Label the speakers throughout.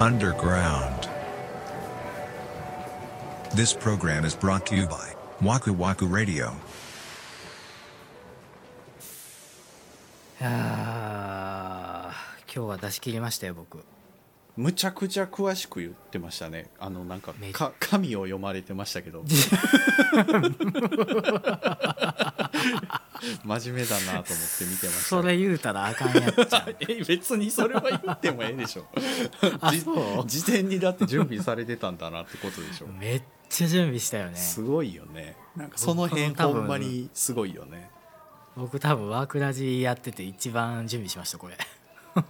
Speaker 1: Underground. This program is brought to you by Waku Waku Radio.
Speaker 2: あー今日は出し切りましたよ僕
Speaker 3: むちゃくちゃ詳しく言ってましたねあのなんか
Speaker 2: め
Speaker 3: か紙を読まれてましたけ ど真面目だなと思って見てました
Speaker 2: それ言うたらあかんやっちゃう
Speaker 3: え別にそれは言ってもええでし ょ
Speaker 2: あ
Speaker 3: じ
Speaker 2: そう
Speaker 3: 事前にだって準備されてたんだなってことでしょ、
Speaker 2: めっちゃ準備したよね
Speaker 3: すごいよねなんかその辺
Speaker 2: 僕も多
Speaker 3: ほ
Speaker 2: 分
Speaker 3: んまにすごいよね
Speaker 2: 僕多分ワークラジやってて一番準備しましたこ れ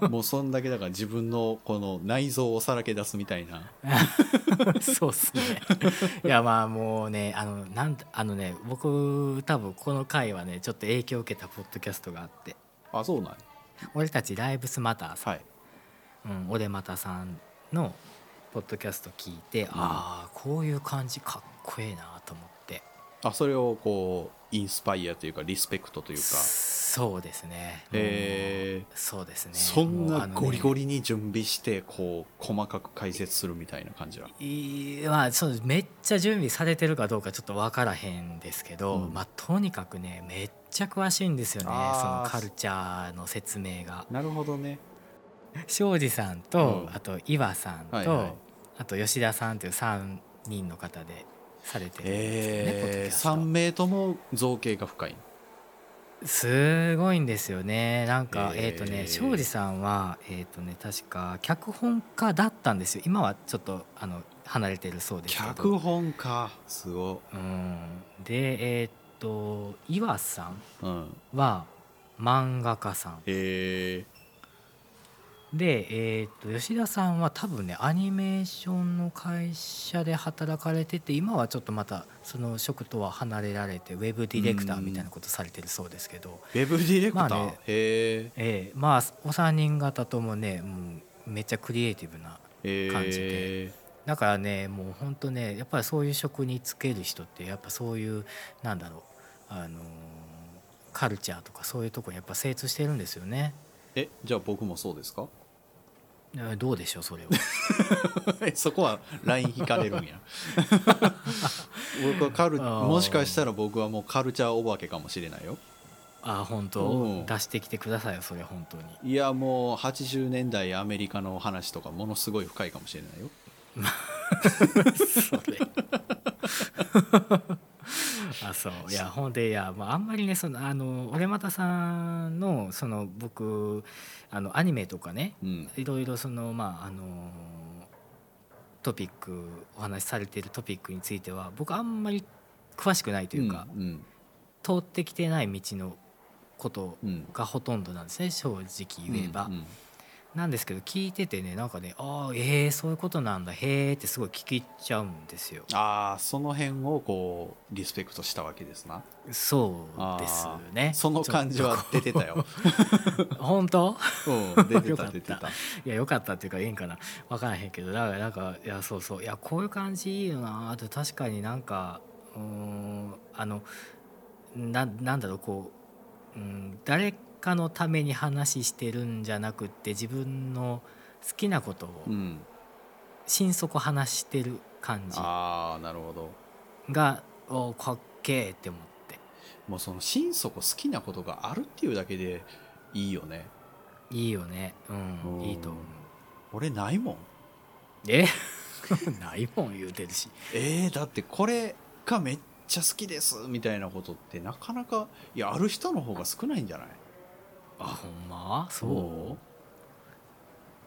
Speaker 3: もうそんだけだから自分のこの内臓をさらけ出すみたいな
Speaker 2: そうっすねいやまあもうねあのなんあのね僕多分この回はねちょっと影響を受けたポッドキャストがあって
Speaker 3: あそうなんや
Speaker 2: 俺たちライブスマターさん
Speaker 3: はい
Speaker 2: うん、オデマタさんのポッドキャスト聞いて、ああこういう感じかっこええなと思って
Speaker 3: あそれをこうインスパイアというかリスペクトというか
Speaker 2: そうですね
Speaker 3: え
Speaker 2: うんそうですね
Speaker 3: そ
Speaker 2: も
Speaker 3: ん
Speaker 2: うあ
Speaker 3: な
Speaker 2: のね
Speaker 3: ゴリゴリに準備してこう細かく解説するみたいな感じだ
Speaker 2: いいまあそうめっちゃ準備されてるかどうかちょっと分からへんですけど、
Speaker 3: うん
Speaker 2: まあ、とにかくねめっちゃ詳しいんですよねその
Speaker 3: あー
Speaker 2: カルチャーの説明が。
Speaker 3: なるほどね
Speaker 2: 庄司さんと、
Speaker 3: うん
Speaker 2: あと岩さんと、
Speaker 3: はいはい
Speaker 2: あと吉田さんという3人の方でされてるんですよね、ポッドキ
Speaker 3: え
Speaker 2: ャストは
Speaker 3: 3名とも造形が深い
Speaker 2: すごいんですよねなんか
Speaker 3: へー
Speaker 2: えっ、とね庄司さんはえっ、とね確か脚本家だったんですよ今はちょっとあの離れてるそうですけど
Speaker 3: 脚本かすご
Speaker 2: うんでえっ、と岩さん
Speaker 3: いうん
Speaker 2: は漫画家さん
Speaker 3: え
Speaker 2: でえっ、と吉田さんは多分ねアニメーションの会社で働かれてて今はちょっとまたその職とは離れられてウェブディレクターみたいなことされてるそうですけど、
Speaker 3: ウェブディレクター、
Speaker 2: まあね
Speaker 3: へ
Speaker 2: ええまあお三人方ともねもうめっちゃクリエイティブな
Speaker 3: え
Speaker 2: 感じでだからねもうほんとねやっぱりそういう職に就ける人ってやっぱそういうなんだろうあのーカルチャーとかそういうとこにやっぱ精通してるんですよね。
Speaker 3: えじゃあ僕もそうですか
Speaker 2: えどうでしょうそれは
Speaker 3: そこはライン引かれ るんや僕はカル
Speaker 2: あー
Speaker 3: もしかしたら僕はもうカルチャーお化けかもしれないよ
Speaker 2: あ本
Speaker 3: う
Speaker 2: 当
Speaker 3: ん
Speaker 2: 出してきてくださいよそれ本当に
Speaker 3: いやもう80年代アメリカの話とかものすごい深いかもしれないよ
Speaker 2: それ あそういやほんでいや、まあ、あんまりねそのあの俺またさんのその僕あのアニメとかね
Speaker 3: うん
Speaker 2: いろいろそのまああのトピックお話しされているトピックについては僕あんまり詳しくないというか、
Speaker 3: うん
Speaker 2: 通ってきてない道のこと
Speaker 3: うんうん
Speaker 2: がほとんどなんですね正直言えば、
Speaker 3: うんうん
Speaker 2: なんですけど聞いててねなんかねああえー、そういうことなんだへえってすごい聞きちゃうんですよ
Speaker 3: ああその辺をこうリスペクトしたわけですな
Speaker 2: そうですね
Speaker 3: その感じは出てたよ、
Speaker 2: 本当
Speaker 3: うん、出て
Speaker 2: よかったた
Speaker 3: 出てた
Speaker 2: いや良かったっていうかいいんかな分からへんけどだからなんかいやそうそういやこういう感じいいよなあと確かになんかうーんあのななんだろうこう、うん、誰かのために話してるんじゃなくって自分の好きなことを
Speaker 3: うん
Speaker 2: 心底話してる感じ
Speaker 3: ああなるほど
Speaker 2: が、おーかっけえって思って
Speaker 3: もうその心底好きなことがあるっていうだけでいいよね
Speaker 2: いいよねうん
Speaker 3: うん
Speaker 2: いいと思う
Speaker 3: 俺ないもん
Speaker 2: え ないもん言うてるし
Speaker 3: えー、だってこれがめっちゃ好きですみたいなことってなかなかいやある人の方が少ないんじゃない
Speaker 2: あほんまそう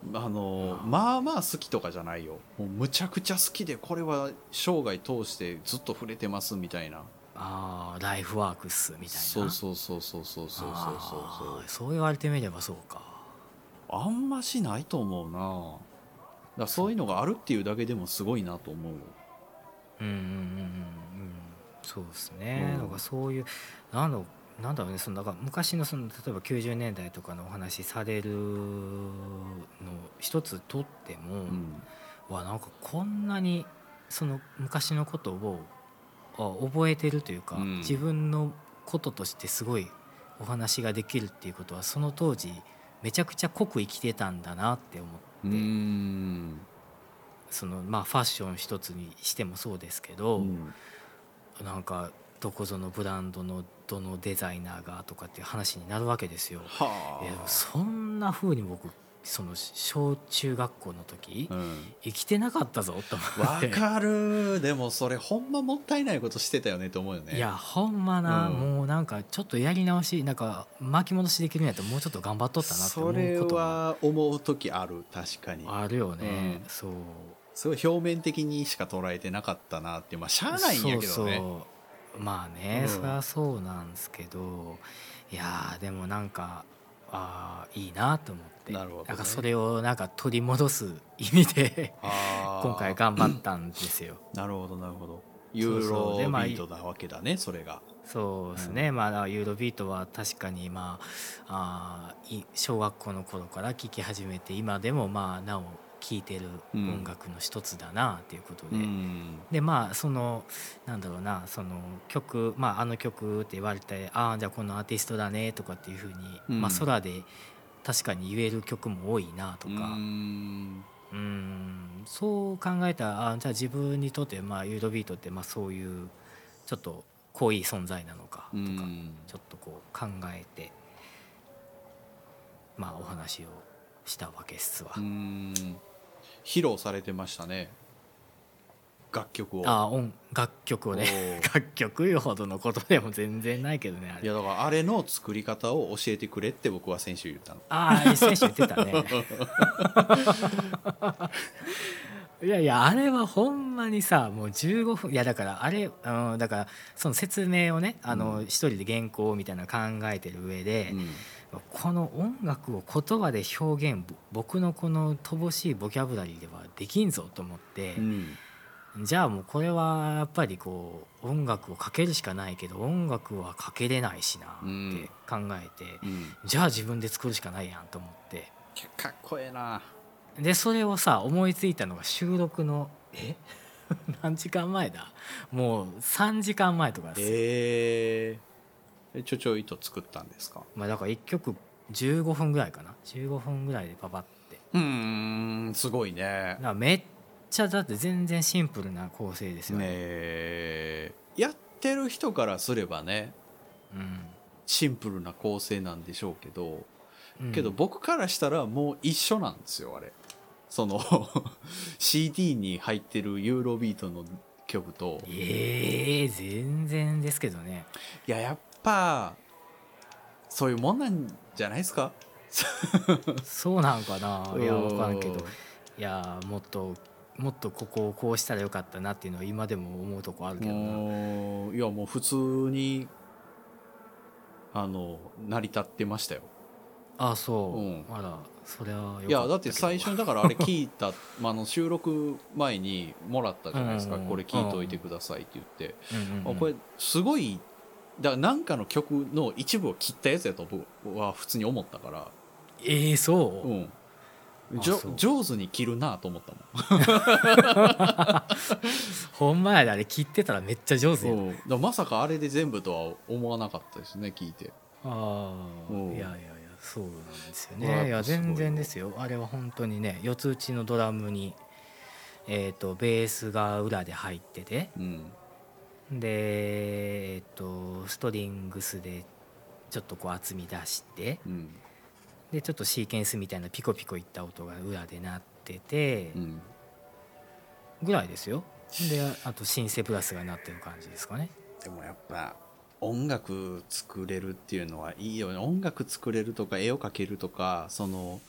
Speaker 3: うんあのまあまあ好きとかじゃないよもうむちゃくちゃ好きでこれは生涯通してずっと触れてますみたいな
Speaker 2: ああライフワークっすみたいな
Speaker 3: そうそうそうそうそうそうそうそうそう
Speaker 2: あーそう言われてみればそうか
Speaker 3: あんましないと思うなだからそういうのがあるっていうだけでもすごいなと思う
Speaker 2: うんうんうんうんうんそうですね、
Speaker 3: うん
Speaker 2: なんかそういうなんだろうなんだろうねそのなんか昔のその例えば90年代とかのお話しされるの一つとっても、
Speaker 3: うん
Speaker 2: わなんかこんなにその昔のことをあ覚えてるというか、
Speaker 3: うん
Speaker 2: 自分のこととしてすごいお話ができるっていうことはその当時めちゃくちゃ濃く生きてたんだなって思って、
Speaker 3: うーん
Speaker 2: そのまあファッション一つにしてもそうですけど、なんかどこぞのブランドのどのデザイナーがとかっていう話になるわけですよ。
Speaker 3: はい
Speaker 2: やでも
Speaker 3: あ
Speaker 2: そんな風に僕その小中学校の時、
Speaker 3: うん
Speaker 2: 生きてなかったぞと思
Speaker 3: わ
Speaker 2: って。
Speaker 3: か るでもそれほんまもったいないことしてたよねって思うよね
Speaker 2: いやほんまな、
Speaker 3: うん
Speaker 2: もうなんかちょっとやり直しなんか巻き戻しできるんやったらもうちょっと頑張っとったなって思
Speaker 3: そうれ
Speaker 2: ことも
Speaker 3: は思う時ある確かに
Speaker 2: あるよね、
Speaker 3: うん
Speaker 2: そう
Speaker 3: すごい表面的にしか捉えてなかったなってまあしゃあないんやけどね
Speaker 2: そうそうまあね、
Speaker 3: うん
Speaker 2: そりゃそうなんですけどいやーでもなんかあーいいなと思って
Speaker 3: なるほどね
Speaker 2: んかそれをなんか取り戻す意味で
Speaker 3: あー
Speaker 2: 今回頑張ったんですよ。
Speaker 3: なるほどなるほどユー
Speaker 2: そう
Speaker 3: ロ
Speaker 2: そう
Speaker 3: ビ
Speaker 2: でまあ
Speaker 3: ートなわけだねそれが
Speaker 2: そうですね、まあユーロビートは確かにまああーい小学校の頃から聴き始めて今でもまあなお聴いてる
Speaker 3: うん
Speaker 2: 音楽の一つだなっていうことで、
Speaker 3: うん
Speaker 2: でまあそのなんだろうなその曲、まあ、あの曲って言われてああじゃあこのアーティストだねとかっていうふうに、
Speaker 3: うん
Speaker 2: まあ、空で確かに言える曲も多いなと
Speaker 3: う
Speaker 2: か
Speaker 3: ん
Speaker 2: うんそう考えたらあーじゃあ自分にとって、まあ、ユーロビートってまあそういうちょっと濃い存在なのか
Speaker 3: う
Speaker 2: とか
Speaker 3: ん
Speaker 2: ちょっとこう考えて、まあ、お話をしたわけっすわ。
Speaker 3: うん披露されてましたね楽曲を
Speaker 2: ああ音楽曲をね
Speaker 3: お ー
Speaker 2: 楽曲よほどのことでも全然ないけどねあれ
Speaker 3: いやだからあれの作り方を教えてくれって僕は先週言ったの
Speaker 2: ああ選手言ってた ねいやいやあれはほんまにさもう15分いやだからあれ、うん、だからその説明をねあの、
Speaker 3: うん
Speaker 2: 一人で原稿みたいなの考えてる上で、
Speaker 3: うん
Speaker 2: この音楽を言葉で表現ぼ僕のこの乏しいボキャブラリーではできんぞと思って、
Speaker 3: うん
Speaker 2: じゃあもうこれはやっぱりこう音楽をかけるしかないけど音楽はかけれないしなって考えて、
Speaker 3: うん
Speaker 2: じゃあ自分で作るしかないやんと思って。
Speaker 3: かっこええな
Speaker 2: でそれをさ思いついたのが収録のえ 何時間前だもう3時間前とかです、
Speaker 3: ええちょちょいと作ったんですか
Speaker 2: まあ、だから1曲15分ぐらいかな15分ぐらいでパパって
Speaker 3: うーんすごいね
Speaker 2: だからめっちゃだって全然シンプルな構成ですよ
Speaker 3: ね
Speaker 2: ね
Speaker 3: えやってる人からすればね
Speaker 2: うん
Speaker 3: シンプルな構成なんでしょうけど、
Speaker 2: うん
Speaker 3: けど僕からしたらもう一緒なんですよあれその CD に入ってるユーロビートの曲と
Speaker 2: ええ全然ですけど ね
Speaker 3: いややっぱそういうもんなんじゃないですか
Speaker 2: そうなんかないや
Speaker 3: うん
Speaker 2: 分からんけどいやもっともっとここをこうしたらよかったなっていうのは今でも思うとこあるけどな
Speaker 3: もういやもう普通にあの成り立ってましたよ
Speaker 2: ああそう、
Speaker 3: うん
Speaker 2: あらそれはよかった
Speaker 3: いやだって最
Speaker 2: けど
Speaker 3: 初にだからあれ聞いた、まあ、あの収録前にもらったじゃないですか、
Speaker 2: うん
Speaker 3: これ聞いといてくださいって言って、
Speaker 2: うんうんうん
Speaker 3: あこれすごいだからなんかの曲の一部を切ったやつやと僕は普通に思ったから、
Speaker 2: ええそう、
Speaker 3: うん、
Speaker 2: あ
Speaker 3: じょ
Speaker 2: そう
Speaker 3: 上手に切るなと思った
Speaker 2: ほんまやであれ切ってたらめっちゃ上手
Speaker 3: も
Speaker 2: や
Speaker 3: ん、うん、だからまさかあれで全部とは思わなかったですね聞いて
Speaker 2: あ
Speaker 3: うん
Speaker 2: あいやいやいやそうなんですよ
Speaker 3: うわ
Speaker 2: ねい
Speaker 3: やっ
Speaker 2: や
Speaker 3: ぱすごいわ
Speaker 2: 全然ですよあれは本当にね四つ打ちのドラムにえー、とベースが裏で入ってて
Speaker 3: うん
Speaker 2: でえっ、とストリングスでちょっとこう厚み出して
Speaker 3: うん
Speaker 2: でちょっとシーケンスみたいなピコピコいった音が裏で鳴ってて、
Speaker 3: うん
Speaker 2: ぐらいですよであとシンセプラスが鳴ってる感じですかね
Speaker 3: でもやっぱ音楽作れるっていうのはいいよね音楽作れるとか絵を描けるとかその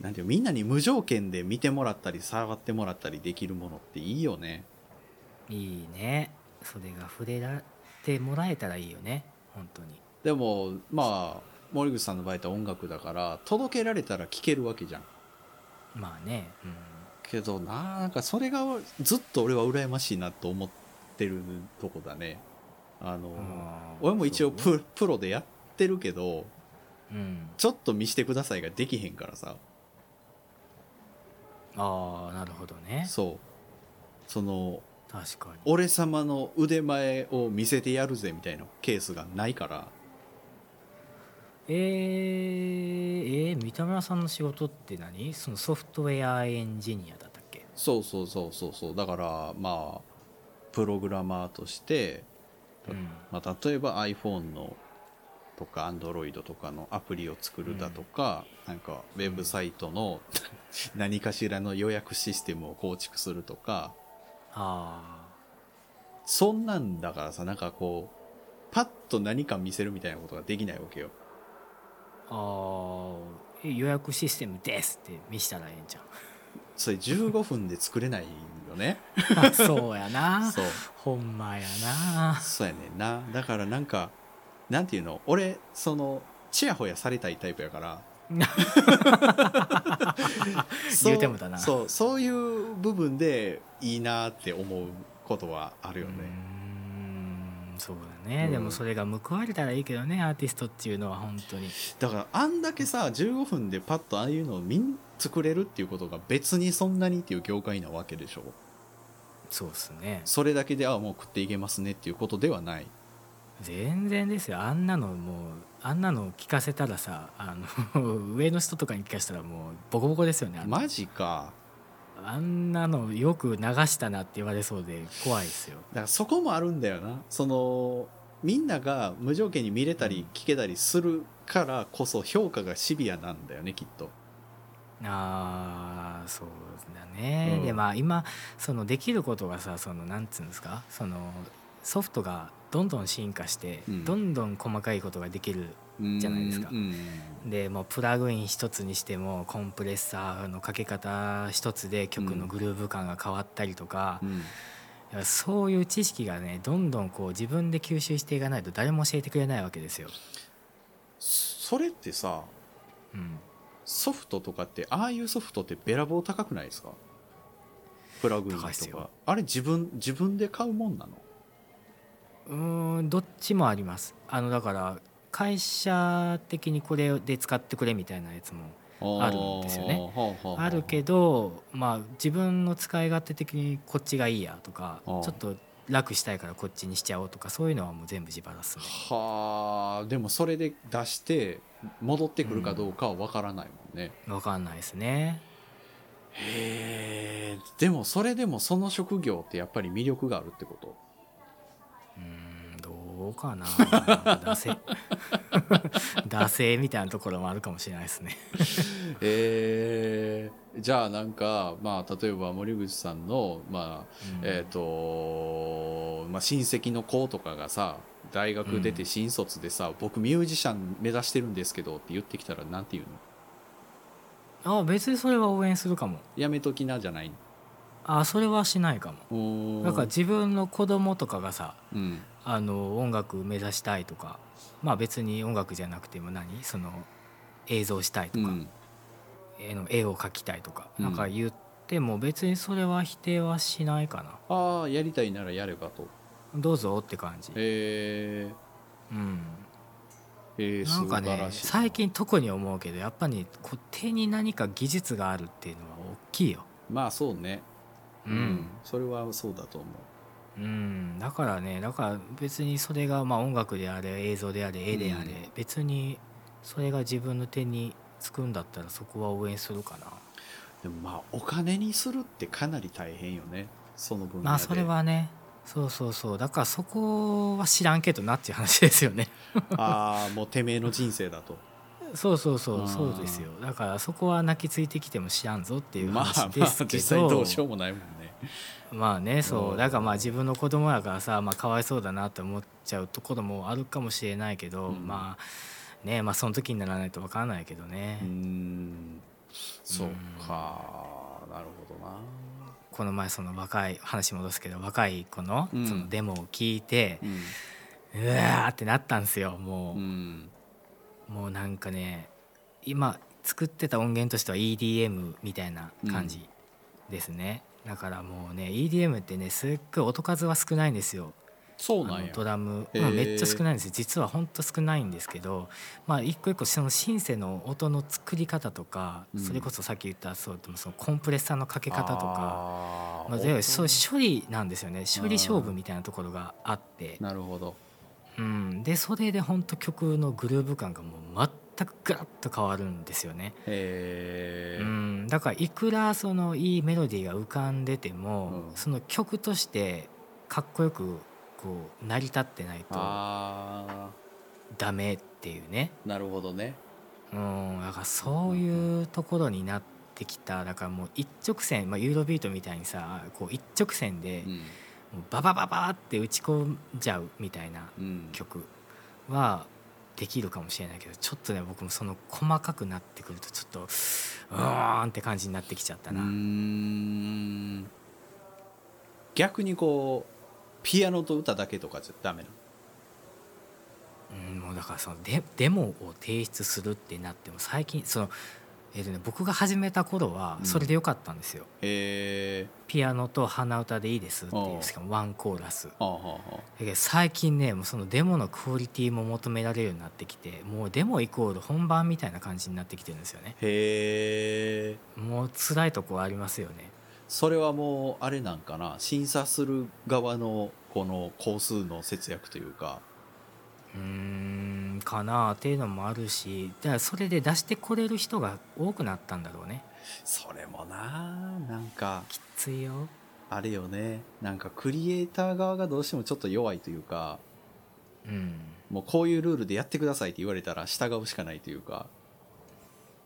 Speaker 3: なんていうのみんなに無条件で見てもらったり触ってもらったりできるものっていいよね
Speaker 2: いいねそれが触れられてもらえたらいいよね本当に
Speaker 3: でもまあ森口さんの場合って音楽だから届けられたら聴けるわけじゃん
Speaker 2: まあね、うん、
Speaker 3: けどなんかそれがずっと俺は羨ましいなと思ってるとこだねあの、
Speaker 2: あー
Speaker 3: 俺も一応
Speaker 2: そうね
Speaker 3: ププロでやってるけど
Speaker 2: うん、
Speaker 3: ちょっと見してくださいができへんからさ
Speaker 2: ああなるほどね
Speaker 3: そうその
Speaker 2: 確かに
Speaker 3: 俺様の腕前を見せてやるぜみたいなケースがないから
Speaker 2: えー、えー、三田村さんの仕事って何そのソフトウェアエンジニアだったっけ
Speaker 3: そうそうそうそうそうだからまあプログラマーとして、
Speaker 2: うん
Speaker 3: まあ、例えば iPhone のとか Android とかのアプリを作るだとか、なんかウェブサイトの 何かしらの予約システムを構築するとか
Speaker 2: あ
Speaker 3: そんなんだからさなんかこうパッと何か見せるみたいなことができないわけよ
Speaker 2: ーあー予約システムですって見したらええんじ
Speaker 3: それ15分で作れないよね
Speaker 2: ゃんそう やな
Speaker 3: そう
Speaker 2: ほんまやな
Speaker 3: そうやねんなだからなんかなんていうの俺そのちやほやされたいタイプやから そう
Speaker 2: 言うてもだな
Speaker 3: そうそういう部分でいいなって思うことはあるよ
Speaker 2: うー
Speaker 3: ね、
Speaker 2: んそうだね、
Speaker 3: うん
Speaker 2: でもそれが報われたらいいけどねアーティストっていうのは本当に
Speaker 3: だからあんだけさ15分でパッとああいうのをみん作れるっていうことが別にそんなにっていう業界なわけでしょ
Speaker 2: そうっすね
Speaker 3: それだけであもう食っていけますねっていうことではない
Speaker 2: 全然ですよあんなのもうあんなの聞かせたらさあの 上の人とかに聞かせたらもうボコボコですよねあん,、
Speaker 3: マジか
Speaker 2: あんなのよく流したなって言われそうで怖いですよ
Speaker 3: だからそこもあるんだよなそのみんなが無条件に見れたり聞けたりするからこそ評価がシビアなんだよねきっと
Speaker 2: あーそうだね、
Speaker 3: うん
Speaker 2: でまあ今そのできることがさそのなんつうんですかそのソフトがどんどん進化して、
Speaker 3: うん
Speaker 2: どんどん細かいことができるじゃないですか
Speaker 3: うん
Speaker 2: でもうプラグイン一つにしてもコンプレッサーのかけ方一つで曲のグルーヴ感が変わったりとか
Speaker 3: う、ん
Speaker 2: そういう知識がねどんどんこう自分で吸収していかないと誰も教えてくれないわけですよ。
Speaker 3: それってさ
Speaker 2: うん、
Speaker 3: ソフトとかってああいうソフトってべらぼう高くないですかプラグイン
Speaker 2: 高いっ
Speaker 3: と
Speaker 2: す
Speaker 3: か
Speaker 2: よ
Speaker 3: あれ自分自分で買うもんなの
Speaker 2: うーんどっちもあります。あのだから会社的にこれで使ってくれみたいなやつもあるんですよねあるけ
Speaker 3: ど
Speaker 2: どまあ自分の使い勝手的にこっちがいいやとかち
Speaker 3: あー
Speaker 2: ょっと楽したいからこっちにしちゃおうとかそういうのはもう全部自腹っすね。
Speaker 3: はあでもそれで出して戻ってくるかどうかは分からないもんね、
Speaker 2: わかんないですね。
Speaker 3: へえでもそれでもその職業ってやっぱり魅力があるってこと
Speaker 2: うーんどうかな 惰性 惰性みたいなところもあるかもしれないですね。
Speaker 3: へえじゃあなんかまあ例えば森口さんのまあ
Speaker 2: うん
Speaker 3: えっ、とまあ親戚の子とかがさ大学出て新卒でさ、僕ミュージシャン目指してるんですけどって言ってきたらなんて言うの
Speaker 2: あ別にそれは応援するかも
Speaker 3: やめときなじゃない
Speaker 2: あそれはしないかも
Speaker 3: の
Speaker 2: なんか自分の子供とかがさ
Speaker 3: うん
Speaker 2: あの音楽目指したいとかまあ別に音楽じゃなくても何その映像したいと
Speaker 3: う
Speaker 2: か、
Speaker 3: ん
Speaker 2: 絵の絵を描きたいとか、
Speaker 3: うん
Speaker 2: なんか言っても別にそれは否定はしないかな
Speaker 3: ああやりたいならやればと
Speaker 2: どうぞって感じ、
Speaker 3: へ
Speaker 2: うん、
Speaker 3: えへえ
Speaker 2: なんか
Speaker 3: 素
Speaker 2: ね
Speaker 3: 晴らしい
Speaker 2: 最近特に思うけどやっぱりこう手に何か技術があるっていうのは大きいよ
Speaker 3: まあそうね
Speaker 2: うん
Speaker 3: それはそうだと思う
Speaker 2: うんだからねだから別にそれがまあ音楽であれ映像であれ絵であれ、
Speaker 3: うん
Speaker 2: 別にそれが自分の手につくんだったらそこは応援するかな
Speaker 3: でもまあお金にするってかなり大変よねその分野で
Speaker 2: まあそれはねそうそうそうだからそこは知らんけどなっていう話ですよ ね
Speaker 3: ああもうてめえの人生だと
Speaker 2: そうそうそ
Speaker 3: あー
Speaker 2: うそうですよだからそこは泣きついてきても知らんぞっていう
Speaker 3: まあ
Speaker 2: 話
Speaker 3: ま
Speaker 2: で
Speaker 3: あ
Speaker 2: すけ
Speaker 3: 実
Speaker 2: ど、
Speaker 3: 際どうしようもないもんね
Speaker 2: まあねそう、
Speaker 3: うん
Speaker 2: だからまあ自分の子供だからさ、まあ、かわいそうだなって思っちゃうところもあるかもしれないけど、
Speaker 3: うん
Speaker 2: まあねまあその時にならないとわからないけどね、
Speaker 3: うーんそうかなるほどな
Speaker 2: この前その若い話戻すけど若い子の
Speaker 3: うん
Speaker 2: そのデモを聞いて、
Speaker 3: うん、
Speaker 2: うわーってなったんですよもう、
Speaker 3: うん、
Speaker 2: もうなんかね今作ってた音源としては EDM みたいな感じですね、だからもうね EDM ってねすっごい音数は少ないんですよ
Speaker 3: そうな
Speaker 2: あ
Speaker 3: ん
Speaker 2: の
Speaker 3: や
Speaker 2: ドラム、
Speaker 3: へー
Speaker 2: うんめっちゃ少ないんですよ実はほんと少ないんですけど、まあ、一個一個そのシンセの音の作り方とか、
Speaker 3: うん
Speaker 2: それこそさっき言ったそうでもそのコンプレッサーのかけ方とか
Speaker 3: あー
Speaker 2: まあ、
Speaker 3: 音
Speaker 2: でそう処理なんですよね処理勝負みたいなところがあって、
Speaker 3: なるほど
Speaker 2: うん、でそれでほんと曲のグルーヴ感がもう全くガラッと変わるんですよね。
Speaker 3: え
Speaker 2: う
Speaker 3: ー
Speaker 2: ん、だからいくらそのいいメロディーが浮かんでても、
Speaker 3: うん
Speaker 2: その曲としてかっこよくこう成り立ってないと
Speaker 3: あ
Speaker 2: ダメっていうね、
Speaker 3: ーなるほどね
Speaker 2: うん、だからそういうところになってきただからもう一直線、まあ、ユーロビートみたいにさこう一直線で
Speaker 3: うん
Speaker 2: もうババババって打ち込んじゃうみたいな
Speaker 3: うん
Speaker 2: 曲はできるかもしれないけどちょっとね僕もその細かくなってくるとちょっとうーんって感じになってきちゃったな。
Speaker 3: うーん逆にこうピアノと歌だけとかじゃダメなの
Speaker 2: うん、もうだからそのデデモを提出するってなっても最近その、えーとね、僕が始めた頃は
Speaker 3: うん
Speaker 2: それでよかったんですよ、
Speaker 3: え
Speaker 2: ピアノと鼻歌でいいですって
Speaker 3: お
Speaker 2: いううしかもワンコーラスだ
Speaker 3: ー、ああはあは
Speaker 2: けど最近ねもうそのデモのクオリティも求められるようになってきてもうデモイコール本番みたいな感じになってきてるんですよね
Speaker 3: へえ
Speaker 2: もう辛いとこはありますよね
Speaker 3: それはもうあれなんかな審査する側のこの工数の節約というか
Speaker 2: うーんかなっていうのもあるしだからそれで出してこれる人が多くなったんだろうね
Speaker 3: それもななんか
Speaker 2: きついよ
Speaker 3: あれよねなんかクリエイター側がどうしてもちょっと弱いというか
Speaker 2: うん
Speaker 3: もうこういうルールでやってくださいって言われたら従うしかないというか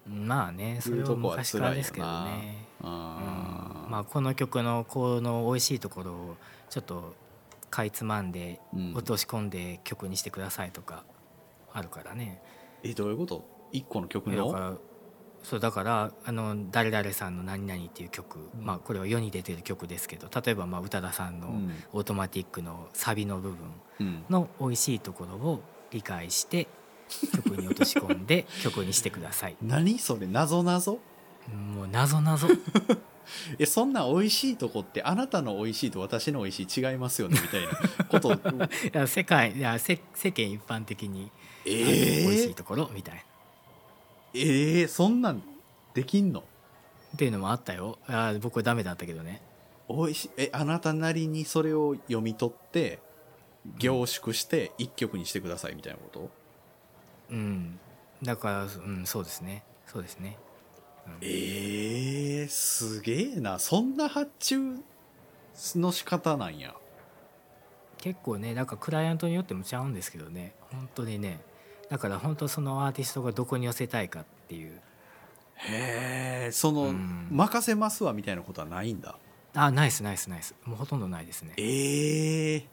Speaker 2: まあねそれは昔からですけどね、うん
Speaker 3: あー
Speaker 2: まあ、この曲のこの美味しいところをちょっとかいつまんで
Speaker 3: うん
Speaker 2: 落とし込んで曲にしてくださいとかあるからね、
Speaker 3: えどういうこと一個の曲
Speaker 2: だ
Speaker 3: の
Speaker 2: からそうだからあの誰々さんの「何々」っていう曲、
Speaker 3: うん
Speaker 2: まあ、これは世に出てる曲ですけど例えばまあ宇多田さんの
Speaker 3: うん
Speaker 2: 「オートマティック」のサビの部分
Speaker 3: うん
Speaker 2: の美味しいところを理解して曲に落とし込ん で曲にしてください。
Speaker 3: 何それ謎謎
Speaker 2: もう謎謎
Speaker 3: えそんな美味しいとこってあなたの美味しいと私の美味しい違いますよねみたいな ことを
Speaker 2: いや世界いや世世間一般的に、
Speaker 3: え
Speaker 2: あの美味し
Speaker 3: ー
Speaker 2: い、ところみたいな
Speaker 3: えー、そんなんできんの
Speaker 2: っていうのもあったよあー僕はダメだったけどね
Speaker 3: 美味しいえあなたなりにそれを読み取って凝縮して一曲にしてくださいみたいなこと、
Speaker 2: うんだから、うん、そうですねそうですね、うん
Speaker 3: えー、すげえなそんな発注の仕方なんや
Speaker 2: 結構ねなんかクライアントによってもちゃうんですけどね本当にねだから本当そのアーティストがどこに寄せたいかっていう
Speaker 3: へえその、
Speaker 2: うん
Speaker 3: 任せますわみたいなことはないんだ
Speaker 2: あナイスナイスナイスもうほとんどないですね
Speaker 3: ええ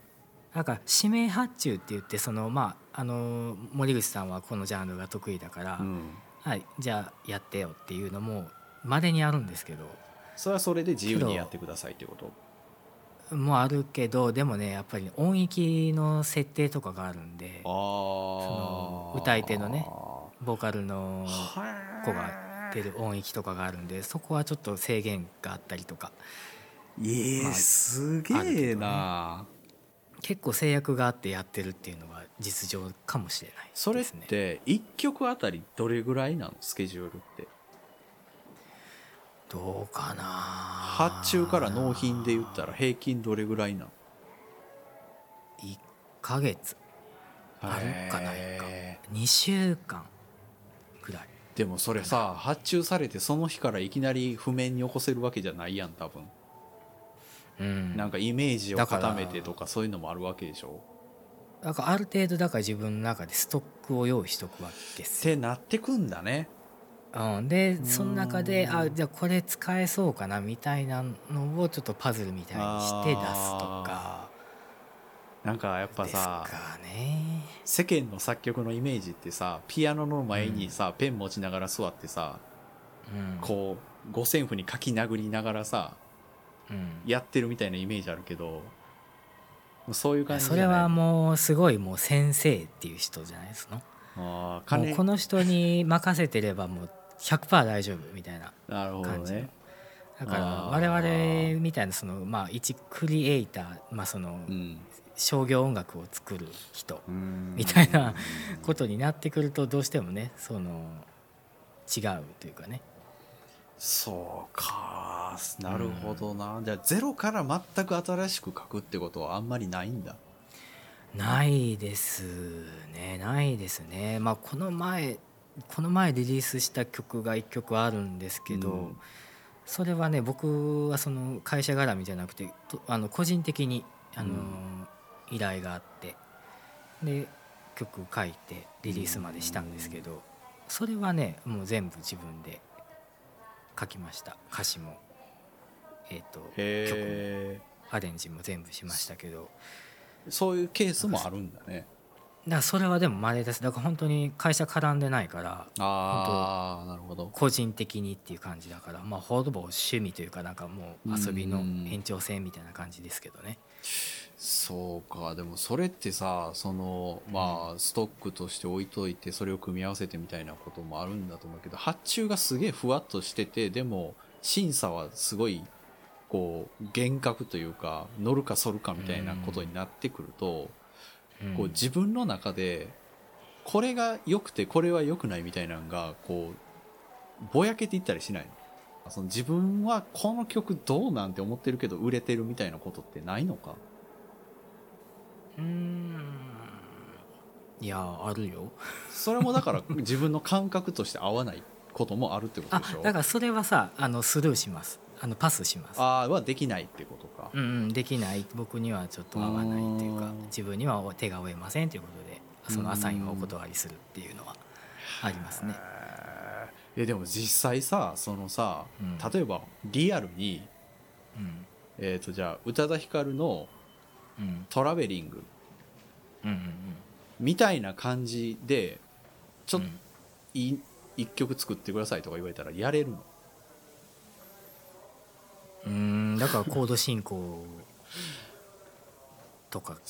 Speaker 2: なんか指名発注って言ってそのまああの森口さんはこのジャンルが得意だから、
Speaker 3: うん、
Speaker 2: はい、じゃあやってよっていうのもまれにあるんですけど
Speaker 3: それはそれで自由にやってくださいってこと
Speaker 2: もうあるけどでもねやっぱり音域の設定とかがあるんで
Speaker 3: あ
Speaker 2: その
Speaker 3: あ
Speaker 2: 歌い手のね
Speaker 3: は
Speaker 2: ボーカルの
Speaker 3: あ
Speaker 2: 子が出る音域とかがあるんでそこはちょっと制限があったりとか
Speaker 3: ええ
Speaker 2: まあ
Speaker 3: すげえな、
Speaker 2: 結構制約があってやってるっていうのが実情かもしれないです、ね、
Speaker 3: それって1曲あたりどれぐらいなのスケジュールって
Speaker 2: どうかな
Speaker 3: 発注から納品で言ったら
Speaker 2: 1
Speaker 3: 平均どれぐらいなの
Speaker 2: ヶ月あるかないか
Speaker 3: へ
Speaker 2: 2週間ぐらい
Speaker 3: ーでもそれさ発注されてその日からいきなり譜面に起こせるわけじゃないやん多分
Speaker 2: うん
Speaker 3: なんかイメージを
Speaker 2: だから
Speaker 3: 固めてとかそういうのもあるわけでしょ
Speaker 2: なんかある程度だから自分の中でストックを用意しとくわけで
Speaker 3: っ
Speaker 2: すよ。
Speaker 3: てなってくんだね
Speaker 2: うん、でその中で
Speaker 3: うん
Speaker 2: あじゃあこれ使えそうかなみたいなのをちょっとパズルみたいにして出すとか
Speaker 3: なんかやっぱ
Speaker 2: です
Speaker 3: さ
Speaker 2: かね。
Speaker 3: 世間の作曲のイメージってさピアノの前にさ、ペン持ちながら座ってさ
Speaker 2: うん
Speaker 3: こう五線譜に書き殴りながらさ
Speaker 2: うん
Speaker 3: やってるみたいなイメージあるけどもうそういう感じじ
Speaker 2: そ
Speaker 3: ゃな
Speaker 2: れ
Speaker 3: い
Speaker 2: はもうすごいもう先生っていう人じゃないですの
Speaker 3: あー
Speaker 2: も
Speaker 3: 金
Speaker 2: うこの人に任せてればもう100%大丈夫みたいな
Speaker 3: なるほど
Speaker 2: 感じの
Speaker 3: ね
Speaker 2: だから
Speaker 3: あー
Speaker 2: 我々みたいなそのまあ一クリエイター、まあ、その
Speaker 3: うん
Speaker 2: 商業音楽を作る人
Speaker 3: うん
Speaker 2: みたいなことになってくるとどうしてもねその違うというかね
Speaker 3: そうかなるほどな、じゃあゼロから全く新しく書くってことはあんまりないんだ
Speaker 2: ないですねないですねまあこの前この前リリースした曲が1曲あるんですけど、
Speaker 3: うん
Speaker 2: それはね僕はその会社絡みじゃなくてとあの個人的に、あのー依頼があってで曲書いてリリースまでしたんですけど、それはねもう全部自分で書きました歌詞も、えー、と曲も
Speaker 3: へえ
Speaker 2: アレンジも全部しましたけど。
Speaker 3: そういうケースもあるんだね
Speaker 2: だからそれはでも稀ですだから本当に会社絡んでないから
Speaker 3: ああなるほど
Speaker 2: 個人的にっていう感じだからまあほぼ趣味というかなんかもう遊びの
Speaker 3: うん
Speaker 2: 延長線みたいな感じですけどね
Speaker 3: そうかでもそれってさそのまあストックとして置いといてそれを組み合わせてみたいなこともあるんだと思うけど発注がすげえふわっとしててでも審査はすごいこう厳格というか乗るか反るかみたいなことになってくると、
Speaker 2: うん
Speaker 3: こう自分の中でこれが良くてこれは良くないみたいなのがこうぼやけていったりしないのその自分はこの曲どうなんて思ってるけど売れてるみたいなことってないのか
Speaker 2: うーんいやあるよ
Speaker 3: それもだから 自分の感覚として合わないこともあるってこと
Speaker 2: あ
Speaker 3: でしょ
Speaker 2: だからそれはさあのスルーしますあのパスします
Speaker 3: あーはできないってことか
Speaker 2: うんうんできない僕にはちょっと合わないっていう
Speaker 3: う
Speaker 2: か
Speaker 3: ん
Speaker 2: 自分には手が負えませんということでそのアサインをお断りするっていうのはありますね
Speaker 3: えでも実際さそのさ、
Speaker 2: うん
Speaker 3: 例えばリアルに、
Speaker 2: うん
Speaker 3: えー、とじゃあ宇多田ヒカルの
Speaker 2: うん
Speaker 3: 「トラベリング
Speaker 2: うんうんうん」
Speaker 3: みたいな感じでちょっと
Speaker 2: うん
Speaker 3: いい一曲作ってくださいとか言われたらやれるの
Speaker 2: うーんだからコード進行とかか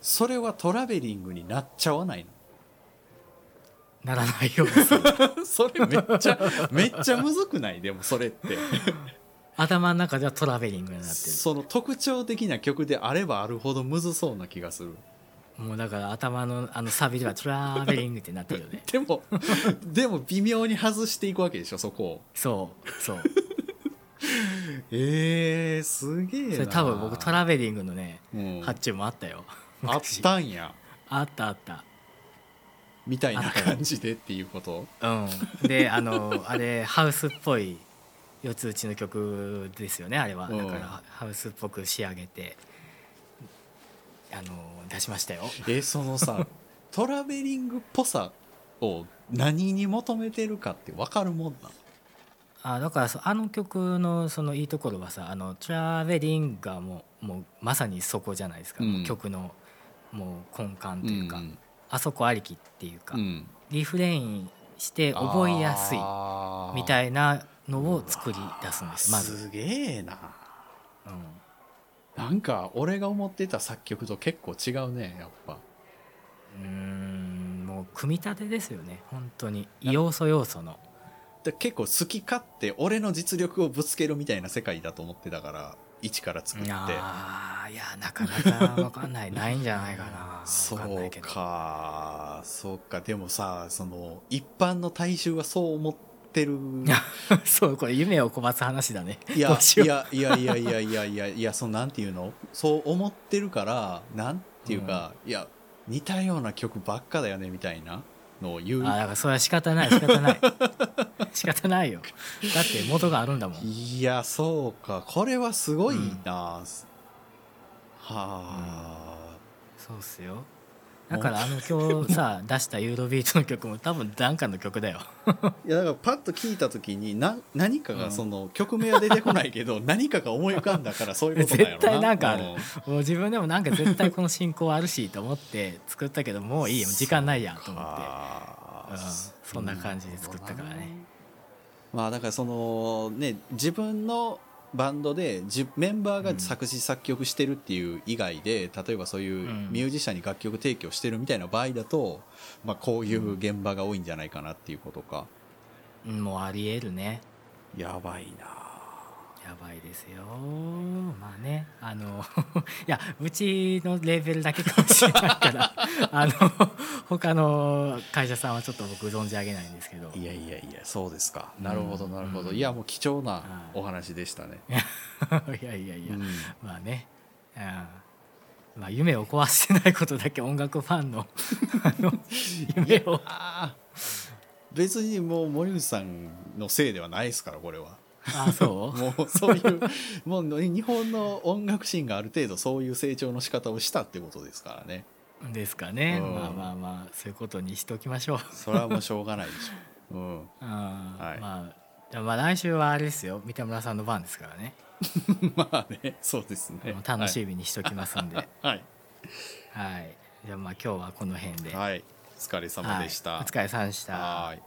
Speaker 3: それはトラベリングになっちゃわない
Speaker 2: なならないようにする
Speaker 3: の それめっち ゃめっちゃむずくないでもそれって
Speaker 2: 頭の中ではトラベリングになって
Speaker 3: その特徴的な曲であればあるほどむずそうな気がする
Speaker 2: るもうだから頭のあのサビではトラベリングってなってるよね
Speaker 3: で もでも微妙に外していくわけでしょそこを
Speaker 2: そうそう
Speaker 3: えー、すげえな
Speaker 2: それ多分僕トラベリングのね
Speaker 3: うん
Speaker 2: 発注もあったよ
Speaker 3: あっ
Speaker 2: 昔
Speaker 3: たんや
Speaker 2: あったあった
Speaker 3: みたいな感じでっていうこと
Speaker 2: うんであのあれハウスっぽい四つ打ちの曲ですよねあれは
Speaker 3: うん
Speaker 2: だからハウスっぽく仕上げてあの出しましたよ
Speaker 3: えそのさトラベリングっぽさを何に求めてるかって分かるもんな
Speaker 2: あだからそあの曲のそのいいところはさ「あのトラベリング」がもうもうまさにそこじゃないですか、
Speaker 3: うん
Speaker 2: もう曲のもう根幹というか、
Speaker 3: ん
Speaker 2: あそこありきっていうか、
Speaker 3: ん、
Speaker 2: リフレインして覚えやすいみ
Speaker 3: い
Speaker 2: たいなのを作り出すんですまず、
Speaker 3: すげえな
Speaker 2: うん
Speaker 3: なんか俺が思ってた作曲と結構違うねやっぱ
Speaker 2: うーんもう組み立てですよね本当に要素要素の
Speaker 3: だ結構好き勝手俺の実力をぶつけるみたいな世界だと思ってたから一から作って
Speaker 2: あーいやなかなかわかんないないんじゃないかな
Speaker 3: そ
Speaker 2: わかんないけ
Speaker 3: う
Speaker 2: ど
Speaker 3: かそうかでもさその一般の大衆はそう思ってる
Speaker 2: そうこれ夢をこばす話だね
Speaker 3: い
Speaker 2: ど
Speaker 3: や
Speaker 2: うし
Speaker 3: い
Speaker 2: よう
Speaker 3: やいやいやいやいやいやいやそのなんていうのそう思ってるからなんていうか、いや似たような曲ばっかだよねみたいなのを言う
Speaker 2: あだからそれは仕方ない仕方ない 仕方ないよだって元があるんだもん
Speaker 3: いやそうかこれはすごいな、はあ、
Speaker 2: そうっすよだからあの今日さ出したユーロビートの曲も多分なんかの曲だよ
Speaker 3: いやだからパッと聞いた時にな何かがその、曲名は出てこないけど 何かが思い浮かんだからそういうことだよな
Speaker 2: 絶対なんかある
Speaker 3: う
Speaker 2: もう自分でもなんか絶対この進行あるしと思って作ったけどもういいよ時間ないやと思って
Speaker 3: あ
Speaker 2: うん
Speaker 3: ー
Speaker 2: そんな感じで作ったからね
Speaker 3: まあだからそのね自分のバンドでじメンバーが作詞作曲してるっていう以外で、例えばそういううんミュージシャンに楽曲提供してるみたいな場合だと、まあ、こういう現場が多いんじゃないかなっていうことか、
Speaker 2: うんもうありえるね
Speaker 3: やばいな
Speaker 2: やばいですよまあねあの いやうちのレーベルだけかもしれないから あの他の会社さんはちょっと僕存じ上げ ないんですけど
Speaker 3: いやいやいやそうですかなるほど
Speaker 2: うん
Speaker 3: なるほど、
Speaker 2: うん
Speaker 3: いやもう貴重な
Speaker 2: はい
Speaker 3: お話でしたね、
Speaker 2: いやいやいや、
Speaker 3: うん
Speaker 2: まあね、うんまあ、夢を壊 してないことだけ音楽ファンのあの夢を
Speaker 3: あ別にもう森口さんのせいではないですからこれは
Speaker 2: あそう
Speaker 3: もうそういうもう日本の音楽シーンがある程度そういう成長の仕方をしたってことですからね
Speaker 2: ですかね、
Speaker 3: うん
Speaker 2: まあまあまあそういうことにしときましょう、
Speaker 3: それはもうしょうがないでし ょ、うん、
Speaker 2: あ
Speaker 3: はい
Speaker 2: まあでもまあ来週はあれですよ三田村さんの番ですからね、
Speaker 3: まあねそうですね
Speaker 2: もう楽しみにしときますんではい、
Speaker 3: はい、
Speaker 2: じゃあまあ今日はこの辺で、
Speaker 3: はい、お疲れ様でした、
Speaker 2: はいお疲れさんでした
Speaker 3: はーい